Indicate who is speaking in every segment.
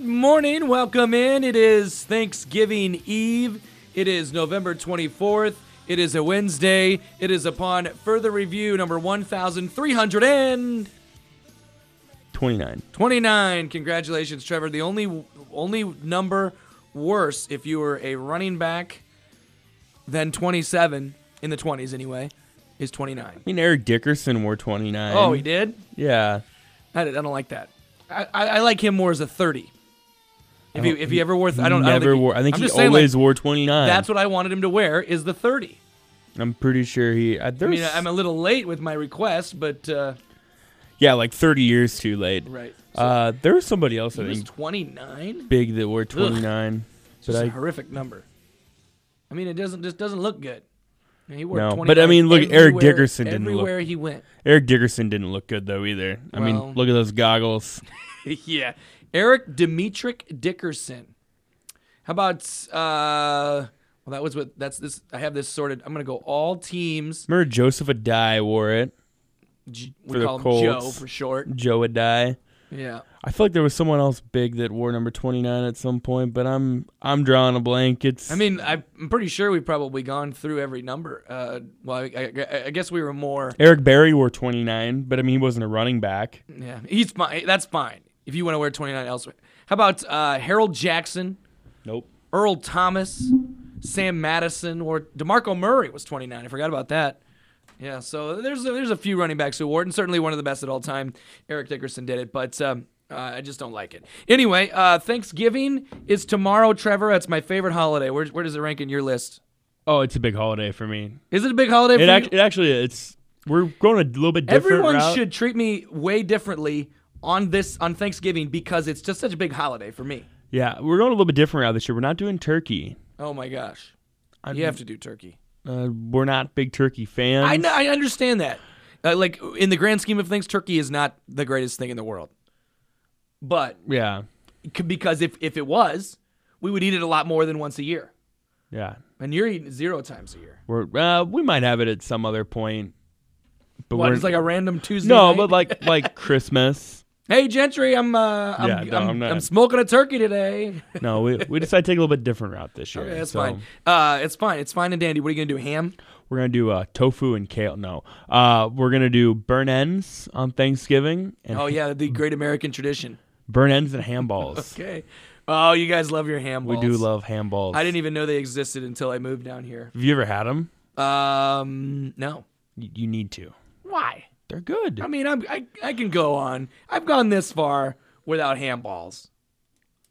Speaker 1: morning. Welcome in. It is Thanksgiving Eve. It is November 24th. It is a Wednesday. It is upon further review number 1329.
Speaker 2: 29.
Speaker 1: Congratulations, Trevor. The only only number worse if you were a running back than 27 in the 20s anyway is 29.
Speaker 2: I mean, Eric Dickerson wore 29.
Speaker 1: Oh, he did?
Speaker 2: Yeah.
Speaker 1: I, did- I don't like that. I, I, I like him more as a 30. If he, if he ever wore, th- I don't. I
Speaker 2: Never
Speaker 1: don't think he-
Speaker 2: wore. I think
Speaker 1: I'm
Speaker 2: he
Speaker 1: just saying, like,
Speaker 2: always wore 29.
Speaker 1: That's what I wanted him to wear is the 30.
Speaker 2: I'm pretty sure he. I,
Speaker 1: I
Speaker 2: there's,
Speaker 1: mean, uh, I'm a little late with my request, but uh,
Speaker 2: yeah, like 30 years too late.
Speaker 1: right. So
Speaker 2: Uh, there was somebody else
Speaker 1: he
Speaker 2: I
Speaker 1: was
Speaker 2: think
Speaker 1: 29.
Speaker 2: big that wore 29. But
Speaker 1: It's a
Speaker 2: I
Speaker 1: horrific number. I mean, it doesn't just doesn't look good. I mean, he wore
Speaker 2: No,
Speaker 1: 29
Speaker 2: but I mean, look, Eric
Speaker 1: everywhere-
Speaker 2: Dickerson didn't look-
Speaker 1: everywhere he went.
Speaker 2: Eric Dickerson didn't look good though either. I
Speaker 1: Well-
Speaker 2: mean, look at those goggles.
Speaker 1: yeah, Eric Dimitrik Dickerson. How about? uh Well, that was what. That's this. I have this sorted. I'm gonna go all teams.
Speaker 2: Remember Joseph Adai wore it.
Speaker 1: J-
Speaker 2: For
Speaker 1: We
Speaker 2: the
Speaker 1: call him Joe
Speaker 2: Colts.
Speaker 1: for short.
Speaker 2: Joe Adai.
Speaker 1: Yeah.
Speaker 2: I feel like there was someone else big that wore number 29 at some point, but I'm I'm drawing a blank. It's
Speaker 1: I mean, I- I'm pretty sure we've probably gone through every number. Uh, well, I, I, I guess we were more.
Speaker 2: Eric Berry wore 29, but I mean he wasn't a running back.
Speaker 1: Yeah, he's fine. That's fine. If you want to wear 29 elsewhere. How about uh, Harold Jackson,
Speaker 2: Nope.
Speaker 1: Earl Thomas, Sam Madison, or Demarco Murray was 29. I forgot about that. Yeah, so there's a, there's a few running backs who wore it, and certainly one of the best at all time. Eric Dickerson did it, but um, uh, I just don't like it. Anyway, uh, Thanksgiving is tomorrow, Trevor. That's my favorite holiday. Where, where does it rank in your list?
Speaker 2: Oh, it's a big holiday for me.
Speaker 1: Is it a big holiday for
Speaker 2: It,
Speaker 1: you?
Speaker 2: act- it actually it's we're going a little bit different.
Speaker 1: Everyone
Speaker 2: route.
Speaker 1: should treat me way differently on this on Thanksgiving because it's just such a big holiday for me.
Speaker 2: Yeah, we're going a little bit different route this year. We're not doing turkey.
Speaker 1: Oh my gosh,
Speaker 2: I'm-
Speaker 1: you have to do turkey.
Speaker 2: Uh, we're not big turkey fans.
Speaker 1: I know, I understand that. Uh, like in the grand scheme of things, turkey is not the greatest thing in the world. But
Speaker 2: Yeah,
Speaker 1: c- because if if it was, we would eat it a lot more than once a year,
Speaker 2: yeah.
Speaker 1: and you're eating it zero times a year.
Speaker 2: We're uh, we might have it at some other point, but
Speaker 1: What?
Speaker 2: we're
Speaker 1: It's like a random Tuesday.
Speaker 2: no,
Speaker 1: night?
Speaker 2: but like like Christmas.
Speaker 1: hey, Gentry, I'm uh, I'm,
Speaker 2: Yeah, no,
Speaker 1: I'm,
Speaker 2: I'm not.
Speaker 1: I'm smoking a turkey today.
Speaker 2: No, we we decided to take a little bit different route this year.
Speaker 1: Okay, that's
Speaker 2: so
Speaker 1: fine. Uh, it's fine. It's fine and dandy. What are you gonna do? Ham?
Speaker 2: We're gonna do uh, tofu and kale. No, uh, we're gonna do burn ends on Thanksgiving and
Speaker 1: Oh yeah, the great American tradition.
Speaker 2: burn ends and ham balls.
Speaker 1: Okay. Oh, you guys love your ham
Speaker 2: We
Speaker 1: balls.
Speaker 2: do love ham balls.
Speaker 1: I didn't even know they existed until I moved down here.
Speaker 2: Have you ever had them?
Speaker 1: Um, no.
Speaker 2: You, you need to.
Speaker 1: Why?
Speaker 2: They're good.
Speaker 1: I mean, I'm, I I can go on. I've gone this far without ham balls.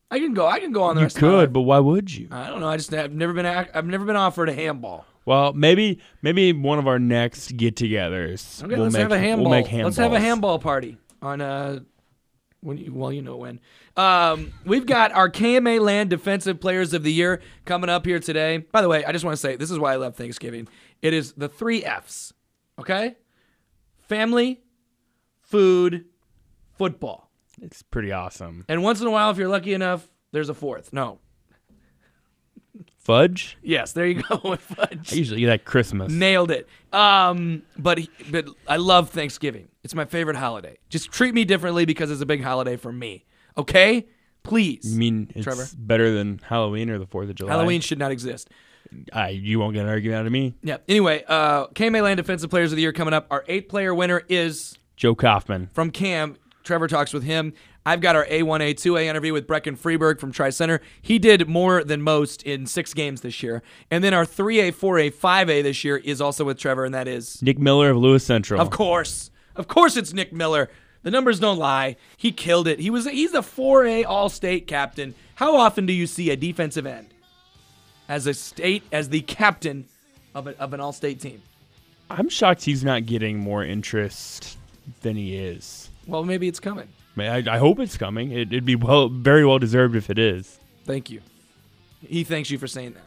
Speaker 1: I can go. I can go on the
Speaker 2: you
Speaker 1: rest of my
Speaker 2: could, but why would you?
Speaker 1: life. I don't know. I just I've never been ac- I've never been offered a ham ball.
Speaker 2: Well, maybe maybe one of our next get-togethers.
Speaker 1: Okay,
Speaker 2: we'll
Speaker 1: let's
Speaker 2: make,
Speaker 1: have a ham
Speaker 2: we'll
Speaker 1: ball.
Speaker 2: Make ham
Speaker 1: let's have a
Speaker 2: balls.
Speaker 1: ham ball party on uh when you, well you know when. Um, we've got our KMA Land Defensive Players of the Year coming up here today. By the way, I just want to say this is why I love Thanksgiving. It is the three F's. Okay, family, food, football,
Speaker 2: It's pretty awesome.
Speaker 1: and once in a while, if you're lucky enough, there's a fourth. No,
Speaker 2: Fudge.
Speaker 1: yes, there you go with fudge.
Speaker 2: I usually eat that Christmas.
Speaker 1: Nailed it. Um, but but I love Thanksgiving. It's my favorite holiday. Just treat me differently because it's a big holiday for me. Okay, please.
Speaker 2: I mean, it's
Speaker 1: Trevor.
Speaker 2: better than Halloween or the Fourth of July.
Speaker 1: Halloween should not exist.
Speaker 2: I, you won't get an argument out of me.
Speaker 1: Yeah. Anyway, uh, KMA Land Defensive Players of the Year coming up. Our eight-player winner is
Speaker 2: Joe Kaufman.
Speaker 1: from Cam. Trevor talks with him. I've got our A1A, 2A interview with Brecken Freeberg from Tri Center. He did more than most in six games this year. And then our 3A, 4A, 5A this year is also with Trevor, and that is
Speaker 2: Nick Miller of Lewis Central.
Speaker 1: Of course. Of course it's Nick Miller. The numbers don't lie. He killed it. He was he's the 4A all-state captain. How often do you see a defensive end as a state as the captain of, a, of an all-state team?
Speaker 2: I'm shocked he's not getting more interest than he is.
Speaker 1: Well, maybe it's coming.
Speaker 2: I, mean, I, I hope it's coming. It, it'd be well, very well deserved if it is.
Speaker 1: Thank you. He thanks you for saying that.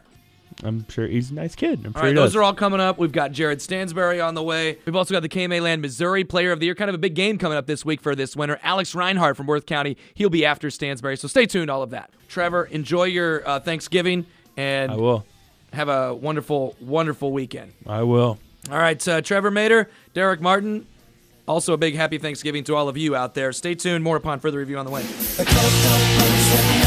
Speaker 2: I'm sure he's a nice kid. I'm
Speaker 1: All
Speaker 2: sure
Speaker 1: right,
Speaker 2: he
Speaker 1: those
Speaker 2: does.
Speaker 1: are all coming up. We've got Jared Stansbury on the way. We've also got the KMA Land Missouri Player of the Year. Kind of a big game coming up this week for this winner. Alex Reinhardt from Worth County. He'll be after Stansbury, so stay tuned. All of that. Trevor, enjoy your uh, Thanksgiving and
Speaker 2: I will.
Speaker 1: have a wonderful, wonderful weekend.
Speaker 2: I will.
Speaker 1: All right, uh, Trevor Mater, Derek Martin. Also, a big happy Thanksgiving to all of you out there. Stay tuned. More upon further review on the way.
Speaker 3: A cold, cold punch when